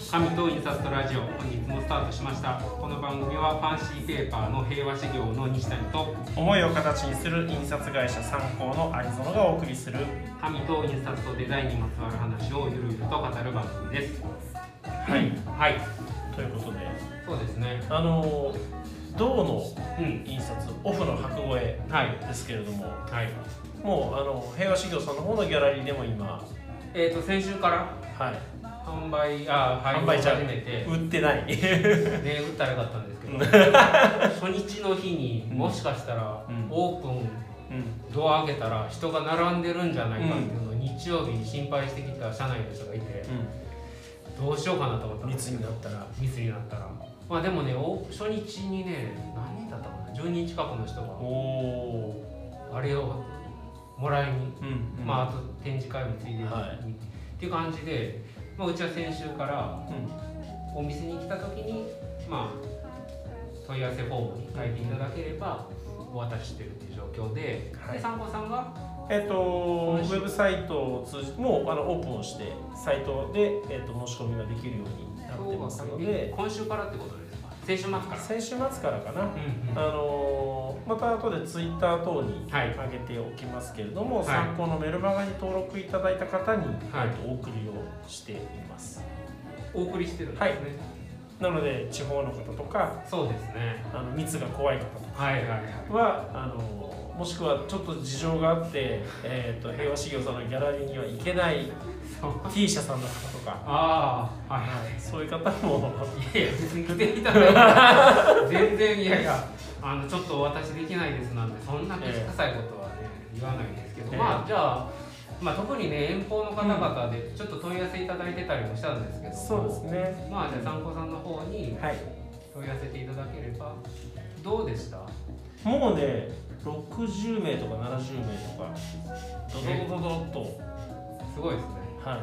サムと印刷とラジオ本日もスタートしましたこの番組はファンシーペーパーの平和事業の西谷と思いを形にする印刷会社参考のアリゾノがお送りする紙と印刷とデザインにまつわる話をゆるゆると語る番組ですはいはいということでそうですねあの銅のうん印刷オフの箱越えはいですけれどもはいもうあの平和修行さんの方のギャラリーでも今えっ、と先週からはい販売あー販配売信じゃ始めて売ってないね打ったらよかったんです けど初日の日にもしかしたらうんオープンうんドア開けたら人が並んでるんじゃないかっていうのを日曜日に心配してきた社内の人がいてどうしようかなと思ったんです密になったらミスになったらまあでもねお初日にね何人だったかな10人近くの人おがおあれをもらいに、ーうんまああと展示会もついでに、はっていう感じで、まあ、うちは先週からあうんお店に来た時にまあ問い合わせフォームに書いていただければお渡ししてるっていう状況で、はいで参考さんがえっと、ウの人ェブサイトを通じてもうあのオープンをしてサイトで、えっと、申し込みができるようになってますので今週からってことですか先週末から先週末からかな、うんうんあのーまた後でツイッター等にはい上げておきますけれども、はい参考のメルマガに登録いただいた方に、はいえっとお送りをしていますお送りしてるんですね、はいなので地方の方とかそうですねあの密が怖い方とはいはいはいかはあのーもしくはちょっと事情があって、えっと平和修行さんのギャラリーには行けない T 社さんの方とかああはいはそういう方も、いいやいや別に来ていただいて全然いやいやあのちょっとお渡しできないですなんてそんな気さいことはね、言わないんですけど、ええまあじゃあまあ特にね遠方の方々でちょっと問い合わせいただいてたりもしたんですけどもそうですね。まあじゃあ参考さんの方にはい。問い合わせていただければどうでしたもうね、60名とか70名とか、ドドドドドっと、すごいですねはい。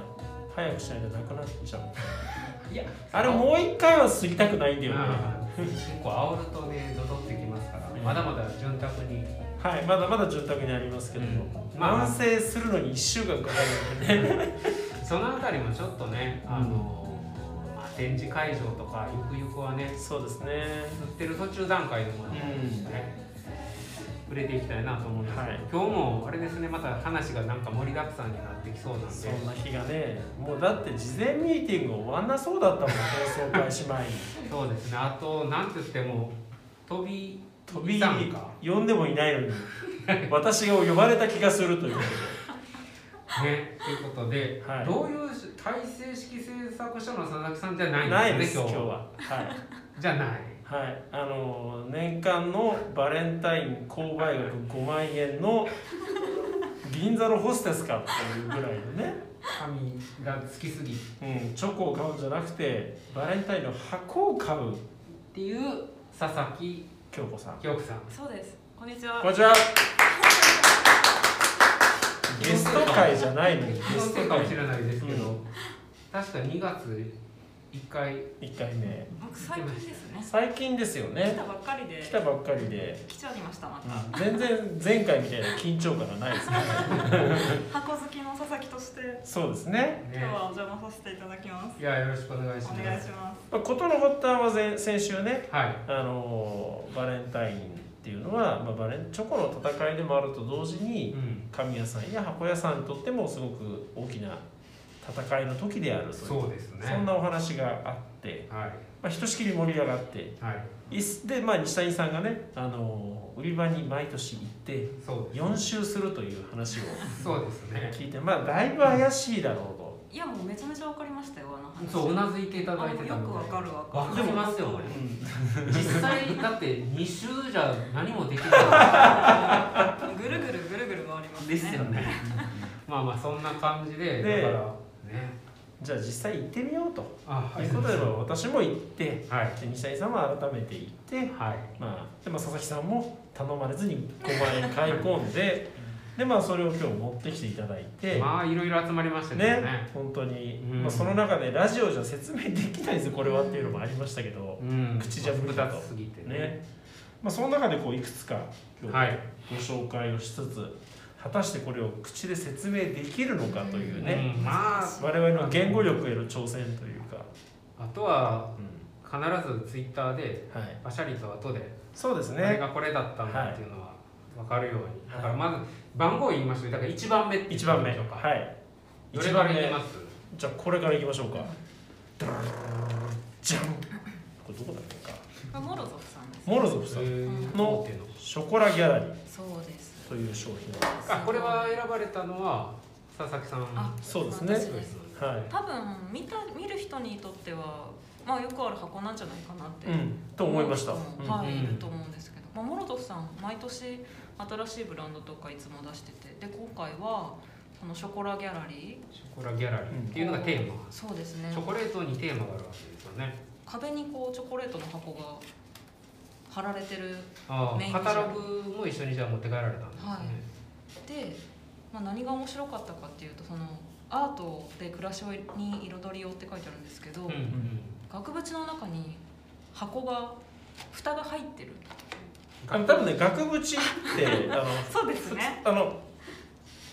早くしないとなくなっちゃう。いやあれもう一回は過ぎたくないんだよね。うん結構煽るとねドドってきますから、ええまだまだ潤沢にはい。まだまだ住宅にありますけども、うんまあ完成するのに1週間かかるんでね。 そのあたりもちょっとね、うんあのまあ展示会場とかゆくゆくはねそうですね。塗ってる途中段階のものもね、触れていきたいなと思うんですけど、はい今日もあれですねまた話がなんか盛りだくさんになってきそうなんでそんな日がね、もうだって事前ミーティング終わんなそうだったもん、放送開始前に。 そうですねあとなんて言っても飛び飛びさんか呼んでもいないのに、私が呼ばれた気がするということで。ねということで、はいどういう体制式制作所の佐々木さんじゃないんないでですす、ね今日今日は。はい。じゃないはい、あのー年間のバレンタイン購買額5万円の銀座のホステスかっていうぐらいのね、髪がつきすぎっうん、チョコを買うんじゃなくてバレンタインの箱を買うていう佐々木京子さん京子さんそうです。こんにちこんは。にちはゲスト会じゃないのにゲ気のスせいトかも会しれないですけど、う確か2月1回1回目僕最近ですね。最近ですよ来ねたばっかりで来たばっかりで、来ちゃいましたまた。うん全然前回みたいな緊張感がないですね箱好きの佐々木としてそうですね今日ねはお邪魔させていただきまいやよろしくお願いす。しおます願いします。まあ事の発端は前先週ねはいあのバレンタインっていうのは、まあ、バレンチョコの戦いでもあると同時にうん紙屋さんや箱屋さんにとってもすごく大きな戦いの時であるというそうですねそんなお話があって、はいまあ、ひとしきり盛り上がってはいいすで、まあ、西谷さんがねあの売り場に毎年行ってそうで4周するという話をすそうですね聞いて、まあ、だいぶ怪しいだろいやもうめちゃめちゃわかりましたよあの話。そううなずいていたあだいてのたよくのわでかるわわかかる。りますようねと、実際だって2週じゃ何もできな ぐるぐるぐるぐる回りいますでね。すよねまあまあそんな感じでだでからねじゃあ実際行ってみようとあいうことで、まあ私も行ってはいで西谷さんも改めて行ってはいまあ、でも佐々木さんも頼まれずに5万円買い込んでで、まあ、それを今日持ってきていただいて、まあいろいろ集まりましたけどね本当に、うんまあ、その中でラジオじゃ説明できないですよこれはっていうのもありましたけど、うん口じゃ無理だと複雑すぎてねねまあ、その中でこういくつか今日はいご紹介をしつつ、果たしてこれを口で説明できるのかというね、うんまあ我々の言語力への挑戦というかあとはう必ずツイッターでんはい、パシャリと後でそうですこれねがこれだったんだっていうのは分かるように、はいだからまず番号言いましょうだから1番目って言い一番目ましょうか、はいどれ一か番ら言い目ますじゃあこれからいきましょうかダラララララじゃんこれどこだっけかこれモロゾフさんでモロゾフさんのっていうのショコラギャラリーすそうですという商品あこれは選ばれたのは佐々木さんあそうですチねョイスなんですはい多分見た見る人にとってはまあよくある箱なんじゃないかなって、うんと思いました、ううんんはい、うんいると思うんですけど、まあ、モロトフさん毎年新しいブランドとかいつも出しててで今回はこのショコラギャラリショコラギャラリーっていうのがテーマ、ーそうですねチョコレートにテーマがあるわけですよね壁にこうチョコレートの箱が貼られてるあメインあカタログも一緒にじゃあ持って帰られたんですね、はいで、まあ、何が面白かったかっていうとそのアートで暮らしに彩りをって書いてあるんですけど、うんうん、額縁の中に箱が蓋が入ってるあの多分ね額縁ってあのそうですねあの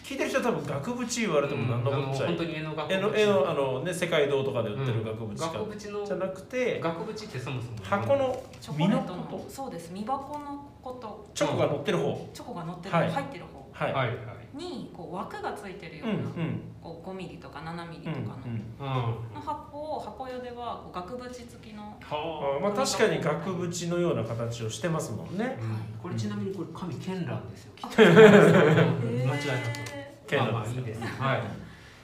聞いてる人は多分額縁言われても何のこっちゃうんあの本い当に絵の額絵の絵のあの、ね、世界堂とかで売ってうるん額縁か、額縁のじゃなくて額縁ってそもそも箱のチョコ身レのートのことそうです身箱のことチョコが乗ってる方チョコが乗ってる、はい入ってる方はい、はいはいにこう枠がついてるよううんうな、んこう5ミリとか7ミリうとんうかの,、んうんの箱を箱よではこう額縁付きのはあまあ確かに額縁のような形をしてますもんあ、ねうんこれちなみにこれ神絢爛ですよ、あそうなんですねうん間違いなくへ絢爛まあまあいいですはい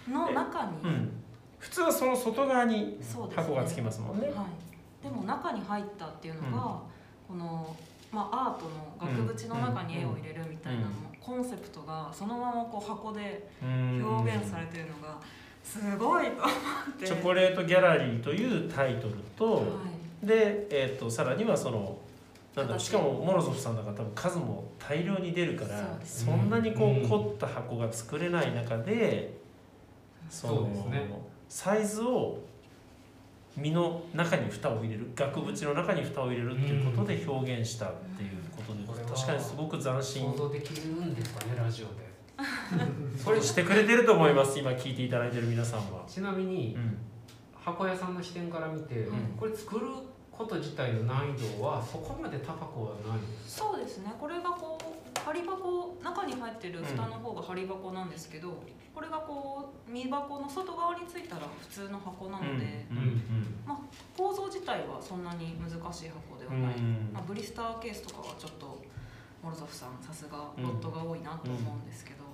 ーの中に、うん普通はその外側にそうですね箱がつきますもんねはい、でも中に入ったっていうのが、この、まあ、アートの額縁の中に絵を入れるみたいなの、うんコンセプトがそのままこう箱でうん表現されてるのがすごいと思って。チョコレートギャラリーというタイトルと、はいで、えっとさらにはそのなんだろう形しかもモロゾフさんだから多分数も大量に出るからそうですねそんなにこう、うん凝った箱が作れない中でそのそうですねサイズを身の中に蓋を入れる額縁の中に蓋を入れるっていうことで表現したっていうことで、うんこれは確かにすごく斬新想像できるんですかねラ ジオでこれしてくれてると思います今聞いていただいてる皆さんは。ちなみうにん箱屋さんの視点から見て、うんこれ作ること自体の難易度はそこまで高くはないそうですねこれがこう針箱中に入ってる蓋の方が針箱なんですけど、これがこう身箱の外側についたら普通の箱なので、うんうん構造自体はそんなに難しい箱ではうない、んまあ、ブリスターケースとかはちょっとモロゾフさんさすがロットが多いなと思うんですけど、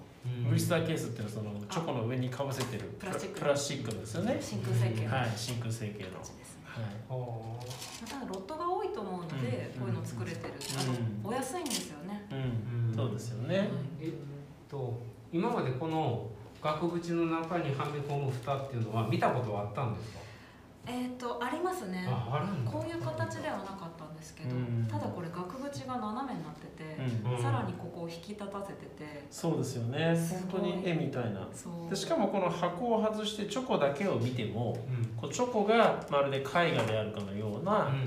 ブリスターーケースっていうのはそのチョコの上にかぶせてるプラスチックプラスチックですよね。真空成形のはい、真空成形の。形ですね、はまあただロットが多いと思うので、うんこういうの作れてる、うんあのお安いんですよねい。うん、そうですよね。えっと今までこの額縁の中にはめ込む蓋っていうのは見たことはあったんですか、えっ、とありますねああるんだこういう形ではなかったんですけど、うんただこれ額縁が斜めになってう、てん、うんさらにここを引き立たせててそうですよね。本当に絵みたいな。そうでしかもこの箱を外してチョコだけを見ても、うんこうチョコがまるで絵画であるかのよううなん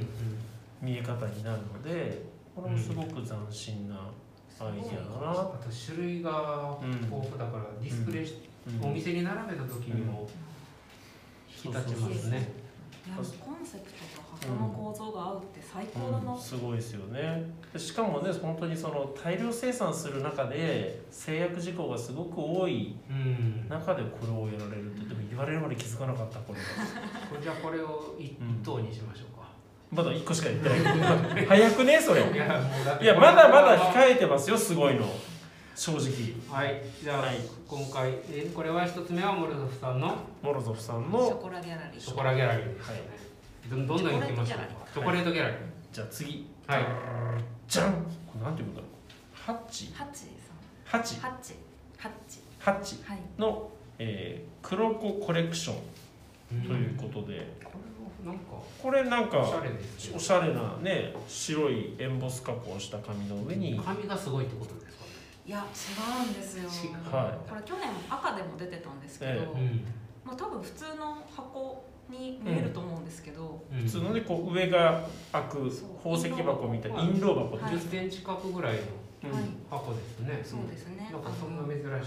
見え方になるので、これもすごく斬新なアイデアだあな。と種類がうん豊富だからディスプレイし、うんお店に並べた時にも引き立ちますね、いやコンセプトと箱の構造が合うって最高だな、うん、すごいですよねでしかもね本当にその大量生産する中で制約事項がすごく多いうん中でこれをやられるってでも言われるまで気づかなかったこれはこれじゃあこれを一等にしましょうか、まだ1個しか言ってない 早くねそれいやもうだっていやまだまだ控えてますよすごいの正直はいじゃあ、はい今回えこれは一つ目はモルゾフさんのモロゾフさんショのコラギャラリーショコラギャラリーですね、どんどんどんいきましょうかチョコレートギャラリーじゃあ次はい、じゃんこれなんていうんだろうハッチハッチハッさチんハッチハッチハッチはいの、えー、クロココレクションということで、これはなんかこれなんかおしゃれですおねしゃれなね白いエンボス加工した紙の上に髪がすごいってことですかねいや違うんですよ違うはこれ去年赤でも出てたんですけど、えうまあ、多分普通の箱に見えると思うんですけど、ん、普通のねこう上が開くそう宝石箱みたいな印印籠箱はい10センチ角ぐらいのうんはい箱ですね、そうですね、なんかそんあなの珍しくない、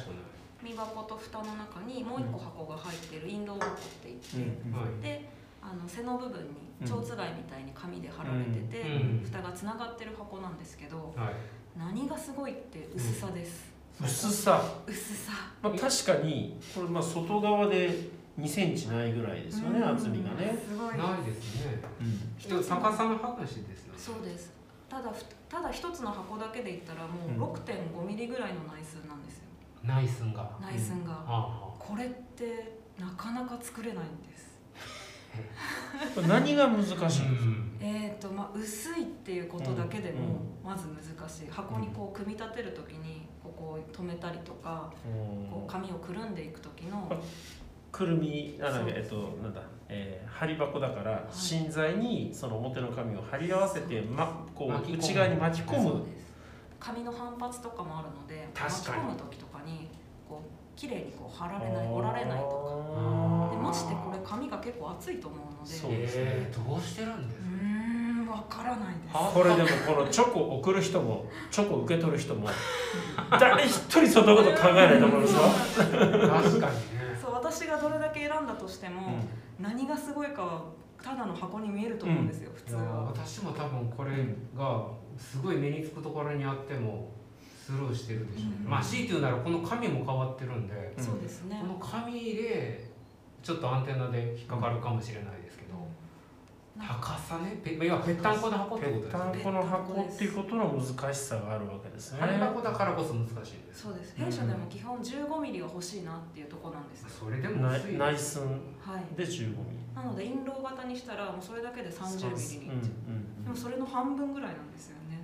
身箱と蓋の中にもう一個箱が入ってる印籠箱って言って、うんはいであのの背の部分うにん蝶つがいみたいに紙で貼られてて、うん蓋がつながってる箱なんですけどはい何がすごいって薄さです、薄さ、薄さまあ、確かにこれまあ外側で2センチないぐらいですよね、うん厚みがね、すごいないですねうん人逆さの話ですよねそうですただふただ一つの箱だけで言ったらうんもう6 5ミリぐらいの内寸なんですよナイスンがは内寸が、あこれってなかなか作れないんですこれ何が難しいんはですか、うんえーとまあ、薄いっていうことだけでうんもまず難しい箱にこう組み立てる時にここを止めたりとかこう紙をくるんでいく時のくるみなんだっけそうえっとなんだ、えー、針箱だから、い芯材にその表の紙を貼り合わせて、ま、こ巻き込むう内側に巻き込そうむです紙の反発とかもあるので確巻きかに込む時とかにこう綺麗にこう貼あらーれない折られないとかあーでましてこれ紙が結構厚いと思うのでそうですねえーどうしてるんですうーんわからないですはこれでもこのチョコを送る人もチョコを受け取る人も誰一人そんなこと考えないと思いますよそうなんですか確かにねそう私がどれだけ選んだとしても、何がすごいかはただの箱に見えると思うんですよ、普い通やは。私も多分これがすごい目につくところにあってもスルーしてるでしょうね、うんまあ C というならこの紙も変わってるんで、うんそうですねこ。の紙でちょっとアンテナで引っかかるかもしれないですけど、なんか高さねぺ要はぺったんこの箱ってぺこっとですたよんねこの箱っていうことの難しさがあるわけですね張り箱だからこそ難しいんですそうです。弊社でも基本15ミリは欲しいなっていうところなんですよ。それでもな薄い内寸はい。で15ミなので印籠型にしたらもうそれだけでリ30ミリに。でもそれの半分ぐらいなんですよね。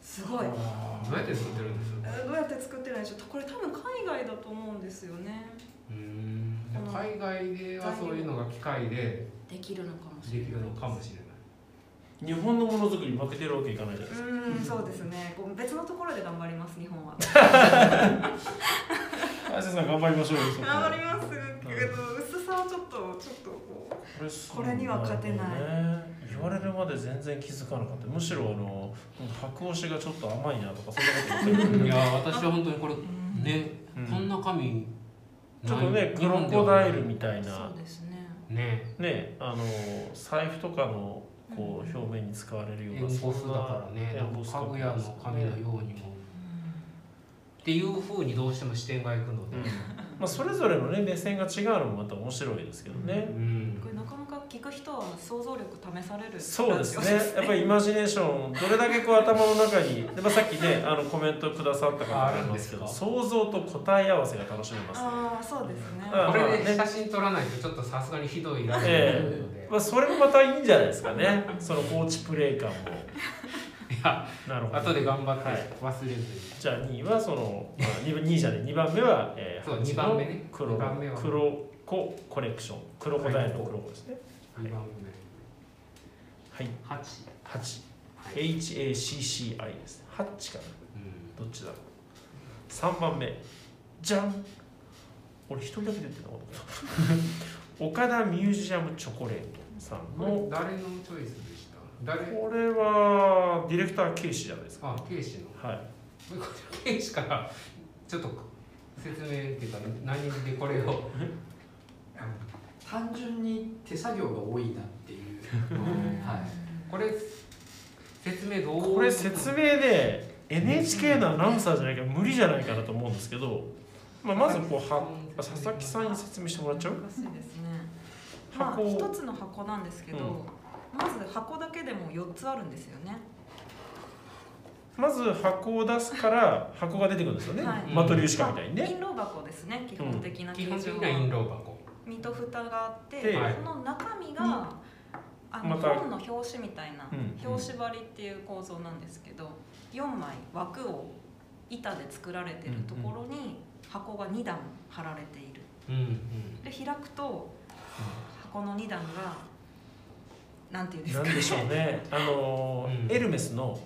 すごい。どうやって作ってるんですえーどうやって作ってるんでしょう。これ多分海外だと思うんですよね。うーんこの海外ではそういうのが機械でできるのかもしれでない。きるのかもしれない日本のものづくりに負けてるわけいかないじゃないですかうーん、そうですね。こう別のところで頑張ります、日本は。林さん頑張りましょうよそこ頑張りますけど、薄さはちょっと、ちょっとこう。これそうこれには勝てないんだよね言われるまで全然気づかなかったむしろあの白押しがちょっと甘いなとかそん なこと言ってるいや私は本当にこれね、うんこんな紙ちょっとねクロコダイルみたいなそうですね。ねねあの財布とかのこう表面に使われるよエうンボなスだんなからねエンボス家具屋の紙のようにも、っていうふうにどうしても視点がいくのうで、んまあそれぞれのね目線が違うのもまた面白いですけどねうんこれなかなか聞く人は想像力試される。そうですね。やっぱりイマジネーションどれだけこう頭の中にで、まあ、さっきねあのコメントくださった方もいますけどああるんです想像と答え合わせが楽しめますねああ、そうですね。うんこれねで写真撮らないとちょっとさすがにひどいラジオになるえのでえ、まあ、それもまたいいんじゃないですかね。その放置プレイ感も。いやなるほど。後で頑張ってはい忘れずに、じゃあ2位はその、まあ、2, 位じゃない2番 目は、えー、そうハチ2の番目ね黒2番目は黒子コレクション黒子ダイヤの黒子ですね2番はい目八。 8 HACCI ですねハッチかなうんどっちだろう3番目じゃん俺一人だけ出てたの 岡田ミュージアムチョコレートさんこのれ誰のチョイスでした誰これはディレクターケイシーじゃないですかあケイシのはいこれケイシからちょっと説明っていうか何でこれを単純に手作業が多いなっていうのをはいこれ説明どうこれ説明で NHK のアナウンサーじゃないから無理じゃないかなと思うんですけど、まあ、まずこうは佐々木さんに説明してもらっちゃう難しいですね。まあ、箱を一つの箱なんですけど、うんまず箱だけでも四つあるんですよね。まず箱を出すから箱が出てくるんですよね、はいマトリューシカみたいにね、印籠箱ですね、基本的な基形状本的はな印籠箱身と蓋があって、ではいその中身が、うんあのまた本の表紙みたいな、うん表紙張りっていう構造なんですけど4枚枠を板で作られてるところに箱が2段貼られているうんうんで開くと箱の2段がなんていうんですなかんでしょうねあのー、うんエルメスの、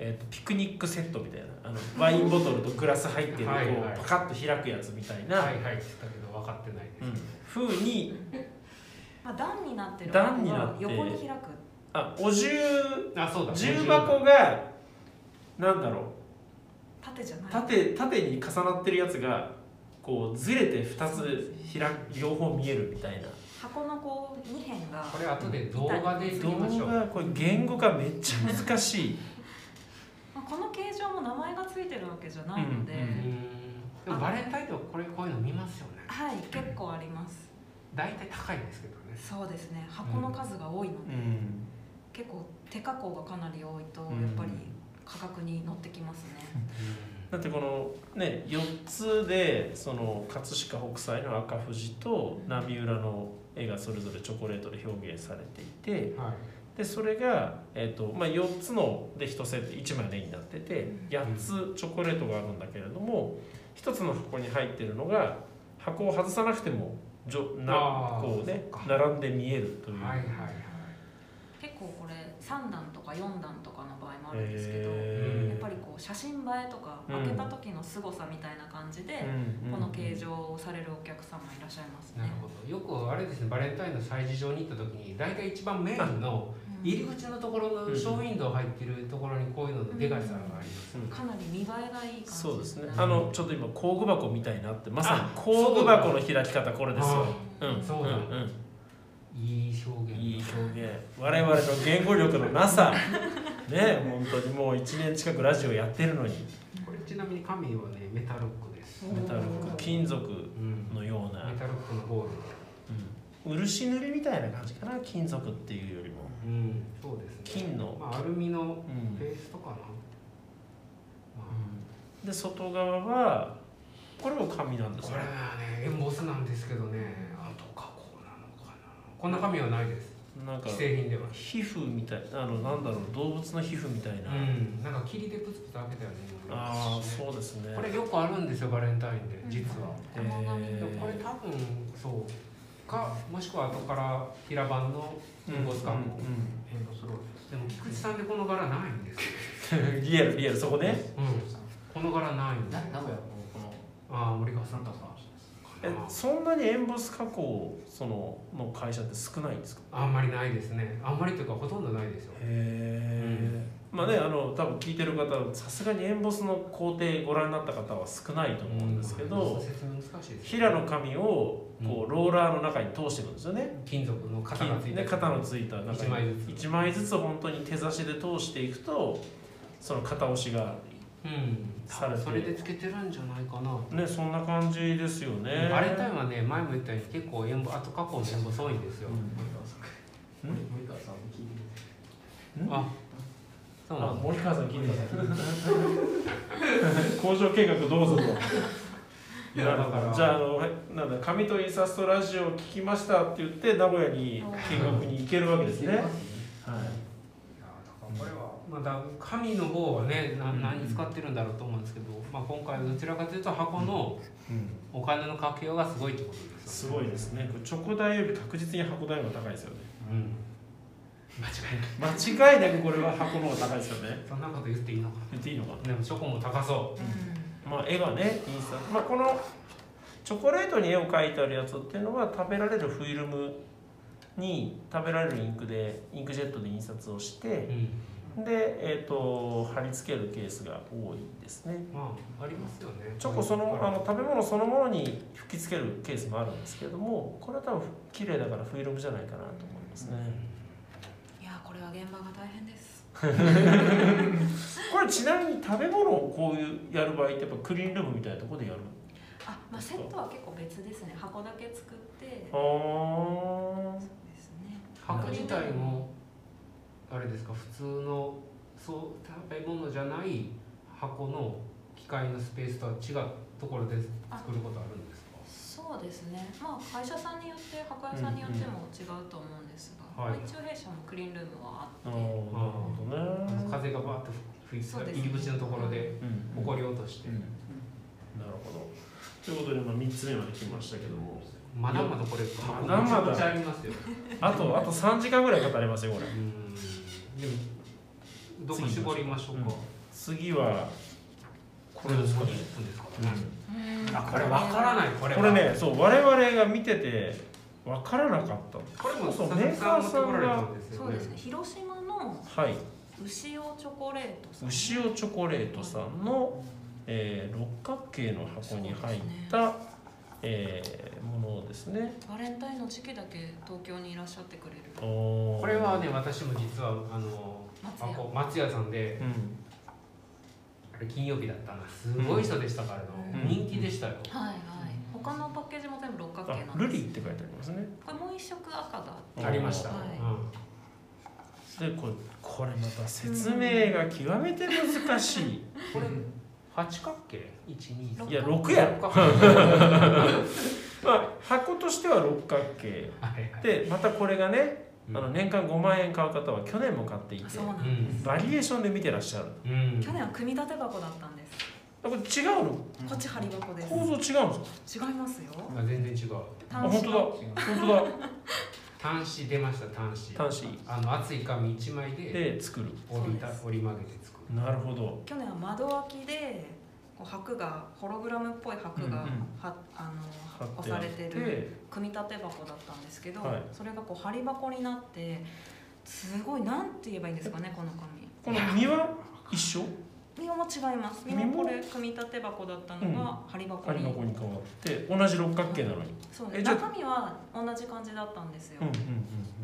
えーとピクニックセットみたいなあのワインボトルとグラス入ってるこはいうはいパカッと開くやつみたいな、はいはいって言ったけど分かってないです、うん、風にまあ、段になってる段箱にながって横に開くあお重あそうだ重箱がなんだろう縦じゃない縦縦に重なってるやつがこうずれて2つ開両方見えるみたいな箱のこう2辺がこれ後で動画で見動ましょう画これ言語がめっちゃ難しいまあこの形状も名前がついてるわけじゃないので、うんううーんでもバレンタインとこれこういうの見ますよねはい結構あります大体高いですけどねそうですね箱の数が多いのうで、ん結構手加工がかなり多いとやっぱり価格に乗ってきますね、だってこのね4つでその葛飾北斎の赤富士と波浦の絵がそれぞれチョコレートで表現されていてはいでそれが、えーとまあ、4つので1セット1枚で絵になってて8つチョコレートがあるんだけれども1つの箱に入ってるのが箱を外さなくてもじょなあーこうねそっか並んで見えるという。はいはいはい結構これ3段とか4段とかの場合もあるんですけど、えーやっぱりこう写真映えとか、うん開けた時の凄さみたいな感じで、うんうんこの形状をされるお客様いらっしゃいますなるね、ほどよくあれですねバレンタインの催事場に行った時に大体一番メインのうん入り口のところのショーウィンドウ入ってるところにこういうののでかいさがあります、かなり見栄えがいい感じそうですねう。んあのちょっと今工具箱みたいになってまさにあ工具箱の開き方これですよ。ううんん、そうだんいい表うん、現いい表現。我々の言語力のなさ。ね、本当にもう1年近くラジオやってるのにこれちなみに神はねメタロックです、メタル服金属うん、メのような、タロックのゴールドうん、漆塗りみたいな感じかな金属っていうよりもうんそうですね金の、まあ、アルミのうんペーストかな、まで外側はこれも紙なんあ、ですこよれはねエンボスなんですけどねあと加工なのかなこんな紙はないですなんか既製品では皮膚みたいあのなんだろう動物の皮膚みたいな、うんなんか霧でプツプツ開けたよねああそうですねこれよくあるんですよバレンタインでうん実は、えでもーこれ多分そうかもしくは後から平版のエンボス加工、エンボスロールでも菊池さんでこの柄ないんですよ、うんうんリアルリアルそこねこの柄ないんでなあ名古屋のこのあー森川さサんンかタさんえなそんなにエンボス加工そのの会社って少ないんですかあんまりないですねあんまりというかほとんどないですよへえ、まあねあの多分聞いてる方さすがにエンボスの工程ご覧になった方は少ないと思うんですけうんど、説明難しいですね、平の紙をこうローラーの中に通していくんですよね、金属の型がつい金てね、る肩のついた中一枚ずに1枚ずつ本当に手差しで通していくとその片押しがうんされてそれでつけてるんじゃないかなねそんな感じですよねバレンタインはね前も言ったように結構塩分後加工の塩分多いんですよ、森川さんん森川さん聞いてあそうなあんだ森川さん聞いてた工場計画どう ぞといやだからじゃああのはいなんだ紙とインサストラジオ聞きましたって言って名古屋に見学に行けるわけですね、はい、いやだからこれはまあだ紙の方はねな何使ってるんだろうと思うんですけど、まあ、今回はどちらかというと箱のお金のかけようがすごいってことですすよごいですねこれチョコ代より確実に箱代の方が高いですよね うん間違いない間違いなくこれは箱の方が高いですよねそんなこと言っていいのか言っていいのかでもチョコも高そなまあ絵がねインスタまあこのチョコレートに絵を描いてあるやつっていうのは食べられるフィルムに食べられるインクでインクジェットで印刷をしう、てうん、で、えー、と貼り付けるケースが多いですねまあありますよねチョコそのああの食べ物そのものに吹きつけるケースもあるんですけれどもこれは多分綺麗だからフィルムじゃないかなと思いますね、いやーこれは現場が大変ですこれちなみに食べ物をこういうやる場合ってやっぱクリーンルームみたいなところでやるあ、まあ、セットは結構別ですね箱だけ作ってあーそうですね箱自体もあれですか普通のそう食べ物じゃない箱の機械のスペースとは違うところで作ることあるんですかそうですねまあ会社さんによって箱屋さんによっても違うと思うんですが、うんうんはいまあ一応弊社もクリーンルームはあーあなっるてほどね、風がバーッと吹いてそうですね入り口のところでうん埃り落として、うんなるほどということで、まあ、3つ目まで来ましたけどもまだまだこれまだまめちだゃくちゃありますよあとあと3時間ぐらい語れますよこれうんでもどこ絞りましょうか、うん次はこれですかね、 20分ですからね、ううんあこれわからないこれん、はこれねそう我々が見てて分からなかったこれもそ佐うそうメ々木ーカさん持ってーさんがこられたんですよそうねですね広島のはい牛尾チョコレートさん牛尾チョコレートさんの、えー六角形の箱に入った、えーものですね。バレンタインの時期だけ東京にいらっしゃってくれるここれはね、私も実はあの松あ屋こ松屋さんでうん、あれ金曜日だったなすごい人でしたからの、うん人気でしたよ、はいはい他のパッケージも全部六角あ形なんでルすリーって書いてありますね。これもう一色赤だありました、はいうんでこれこれまた説明が極めて難しい。これ八角形一二六いや角六やろ。角形まあ箱としては六角形はいはいでまたこれがね、うんあの年間5万円買う方は去年も買っていてあそうなんうだ、んバリエーションで見てらっしゃる。うん去年は組み立て箱だったんです、これ違うの？こっち針箱です構造違うんですか？違いますよあ全然違うあ単本色当 だ本当だ端子出ました端子端子あの厚い紙一枚でで作る。折りそたうです折り曲げて作るなるほど。去年は窓開きでこう箔がホログラムっぽい箔がうんうんはあ貼っのて押あさっれてるて組み立て箱だったんですけど、はいそれがこう針箱になってすごいなんて言えばいいんですかねこの紙この身は一緒身も違います身身ももこれ組み立て箱だったのが針箱針に、箱に変わって同じ六角形なのに。そうえですじゃあ中身は同じ感じだったんですよ、うんうん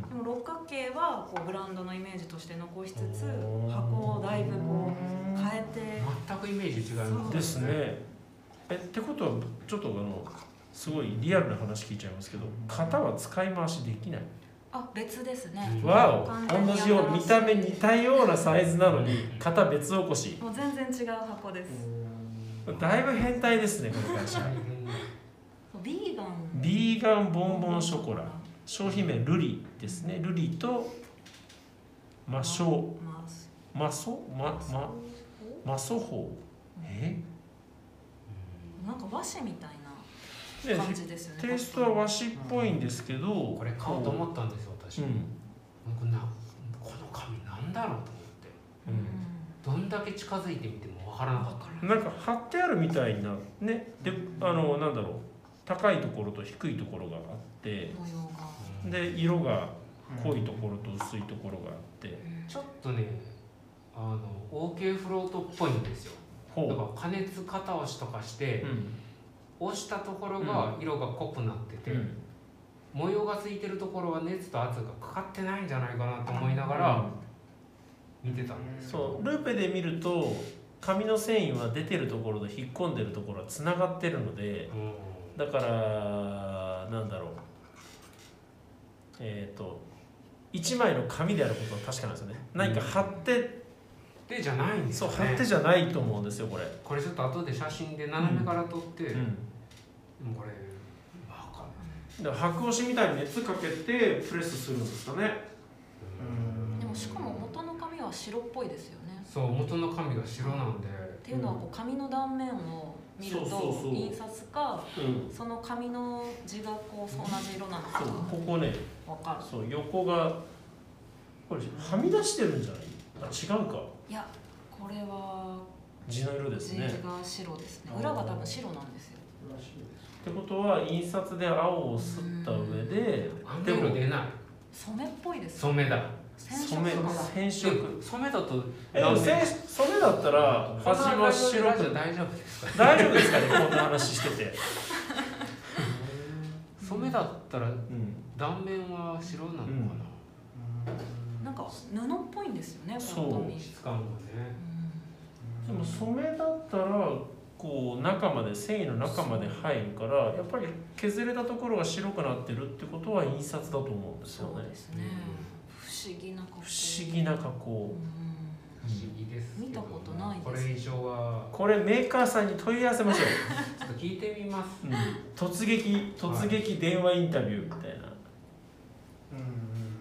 でも六角形はこうブランドのイメージとして残しつつおー箱をだいぶこう変え全くイメージ違いうんまうん。すですね。えってことはちょっとあのすごいリアルな話聞いちゃいますけど型は使い回しできない。てあ別ですね、うんわ完お全に同じよう見た目似たようなサイズなのに型別起こし。もう全然違う箱です、だいぶ変態ですねこの会社。 大変だビーガンビーガンボンボンショコラ商品名ルリですねルリとマショまあそマソマうママソホウえなんか和紙みたいでな感じですよねテイストは和紙っぽいんですけど、これ買おうと思ったんですよ私、うなんんかなこの紙なんだろうと思ってううんどんんだけ近づいてみてもわからなかったなんか貼ってあるみたいなねであのなんだろう高いところと低いところがあって模様がうんで色が濃いところと薄いところがあってちょっとねあの OK フロートっぽいんですよほだうから加熱片押しとかしてうん押したところが色が濃くなってて、うん模様がついてるところは熱と圧がかかってないんじゃないかなと思いながら見てたんですよ、そうルーペで見ると紙の繊維は出てるところと引っ込んでるところはつながってるのでうんだからなんだろうえっ、と一枚の紙であることは確かなんですよね何か貼って、でじゃないんですそよう貼っねてじゃないと思うんですよこれ、これちょっと後で写真で斜めから撮って、うでん、もこれわかんないだから白押しみたいに熱かけてプレスするんですかねでもしかも元の紙は白っぽいですよねそう元の紙が白なんでっていうのはこう紙の断面を見るそうそうそとう印刷かうんその紙の字がこう同じ色なのかそうここねわかるそう横がこれはみ出してるんじゃないあ違うかいやこれは地の色です字ねが白ですね裏が多分白なんですよってことは印刷で青をすった上であんなで色も出ない染めっぽいです染めだ染染め染で色も染めだとえでもなんで染染めだったら端は白じゃく大丈夫ですか大丈夫ですかねこんな話してて、染めだったらうん、断面は白なのかな、なんか布っぽいんですよねそこうの紙質感がねでも染めだったらこう中まで繊維の中まで入るからやっぱり削れたところが白くなってるってことは印刷だと思うんですよそうねですね不思議な格好不思議な加工不思議ですけど見たことないですこれ以上はこれメーカーさんに問い合わせましょうちょっと聞いてみ ますうん突撃突撃電話インタビューみたいな、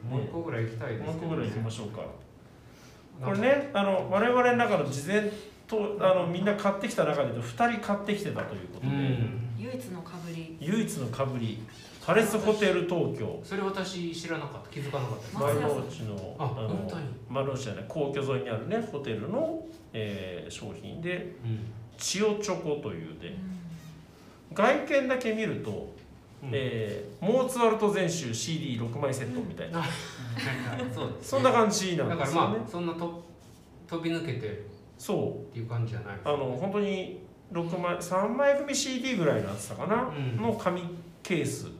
もう一個ぐらい行きたいですもう一個ぐらい行きましょうかなこんれかねあの我々の中の事前とあのみんな買ってきた中で言うと2人買ってきてたということうで、ん唯一のかぶり唯一のかぶりパレスホテル東京それ私知らなかった気づかなかったです松丸屋さんの内のあの本当に丸の内じゃない皇居沿いにあるねホテルの、えー商品で千代チョコというで外見だけ見ると、うんえーモーツァルト全集 CD6 枚セットみたいな、はいはい そうです そんな感じだなんからですよまね、あそんなと飛び抜けてそうっていう感じじゃないですあの本当に6枚3枚組 CD ぐらいの厚さかな、うんの紙ケースう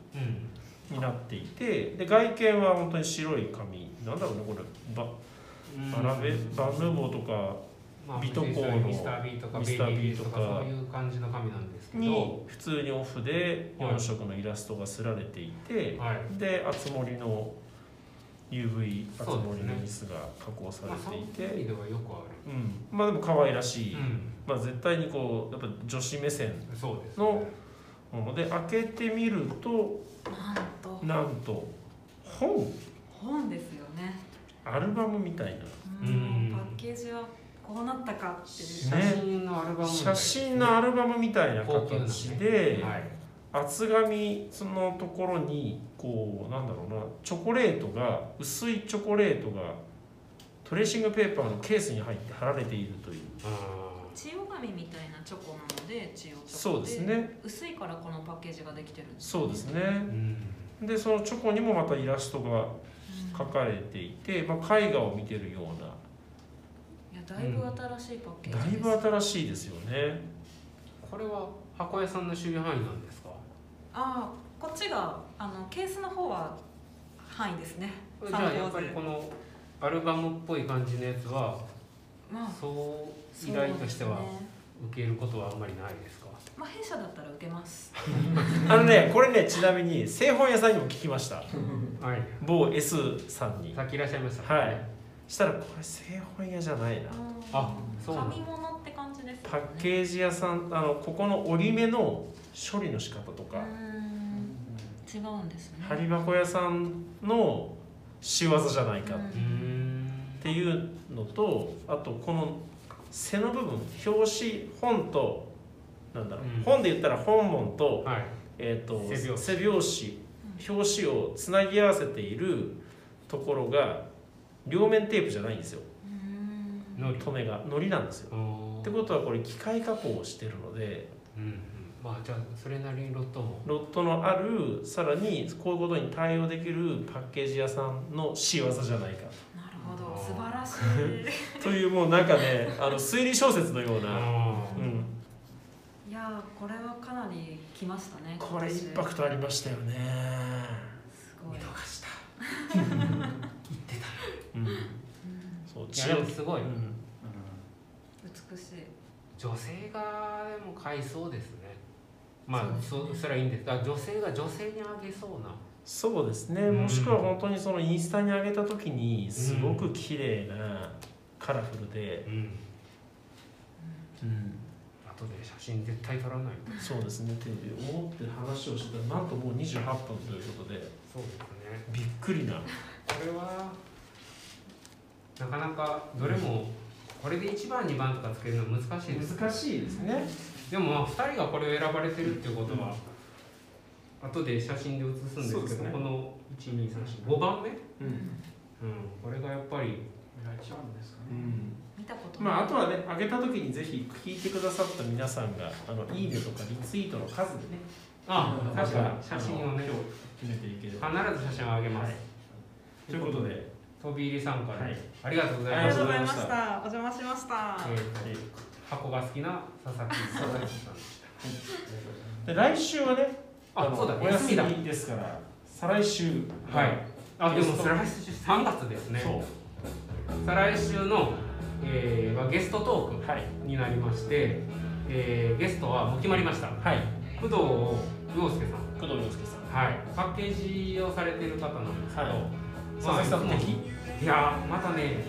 うんになっていてで外見は本当に白い紙なんだろうねこれバうんバラベバンヌーボーとかまあビトコーのミスター・ビーとかミベスイタビーー B とかとかそういう感じの紙なんですけど、に普通にオフで4色のイラストが刷られていて、はいであつ森の UV あつそうで森すのねミスが加工さまあ、それうていいうて、意味ではよくあうん、まあでも可愛らしる、い、うん、まあ、絶対にこうやっぱ女子目線そうです、のなので開けてみるとなんとなんと本本ですよねアルバムみたいなうんうんパッケージはこうなったかっていう、写真のアルバムみたいですね写真のアルバムみたいな形ではい、厚紙そのところにこうなんだろうなチョコレートが薄いチョコレートがトレーシングペーパーのケースに入って貼られているというあ千代紙みたいなチョコなので千代チョコそうですね薄いからこのパッケージができてるんですそうですーねうんでそのチョコにもまたイラストがうん描かれていて、まあ、絵画を見てるようないやだいぶ新しいパッケーだいジです、ぶ新しいですよねこれは箱屋さんの守備範囲なんですかああこっちがあのケースの方は範囲ですねじゃあやっぱりこのアルバムっぽい感じのやつはまあそう依頼としてはそうですね受けることはあんまりないですかまあ弊社だったら受けますあのねこれねちなみに製本屋さんにも聞きましたはい某 S さんにさっきいらっしゃいましたはいしたらこれ製本屋じゃないなあそうなんだ紙物って感じですよねパッケージ屋さんあのここの折り目の処理の仕方とうーか、ん違うんですね針箱屋さんの仕業じゃないかっうーんていうのとあとこの背の部分表紙本となんだろう、うん本で言ったら本文と,、はいえー、と背表紙紙表紙をつなぎ合わせているところが両面テープじゃないんですようーんのり留めがのりなんですよ。おーってことはこれ機械加工をしてるのでうんうんまあじゃあそれなりにロットもロットのあるさらにこういうことに対応できるパッケージ屋さんの仕業じゃないかなるほど素晴らしというもうなんか ねあの推理小説のような、あうーん、い いやーこれはかなり来ましたねこれイン今パ年クトありましたよね、すごい、した うん、そういやでもすごいうん美しい女性がでも買いそうですねまあそうそですねそれはいいんですが女性が女性にあげそうなそうですね、うんもしくは本当にそのインスタに上げた時にすごく綺麗な、カラフルで、うんうん、後で写真絶対撮らないそうですねって思って話をしてたらなんともう28分ということでそうですねびっくりなこれはなかなかどれもこれで1番2番とかつけるの難しいです難しいですねでもまあ2人がこれを選ばれてるっていうことは、後で写真で写すんですけそうどですねこの1235番目、うん、うんこれがやっぱり一番ですかうね。ん見たことない、まあ、あとはね、上げた時にぜひ聞いてくださった皆さんが、あのいいねとかリツイートの数でね、あ確かなんに写真をねあの決めていければ。必ず写真をあげます、はいということで、飛び入り参加で、はいありがとうござあいまりがすとうございましたたお邪魔しましたえー箱が好きな佐々木佐々木さんでしたで来週はね、あのそうだおお休みだ休みですから、再来週、はいあでも再来週3月ですねそ再来週の、えーまあ、ゲストトーう、はい、クになりまして、えーゲストはもう決まりましたはい、工藤魚介さん工藤洋介さん、はいパッケージをされてる方なんですけど、はい佐まあ々木さん的、いやーまた ね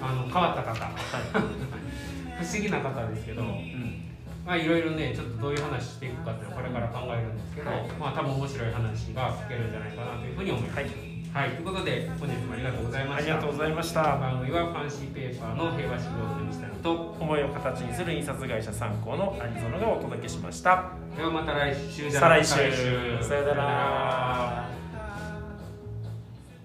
あの変わった方不思議な方ですけどうん、まあいろいろねちょっとどういう話していくかっていうのはこれから考えるんですけど、はいまあ多分面白い話が聞けるんじゃないかなというふうに思いますはい、はい、ということで本日もありがとうございまあしりたがとうございましこのた。番組はファンシーペーパーの平和志望にしたのと思いを形にする印刷会社参考のアニゾノがお届けしました。ではまた来週じゃ再来週再来週さよなら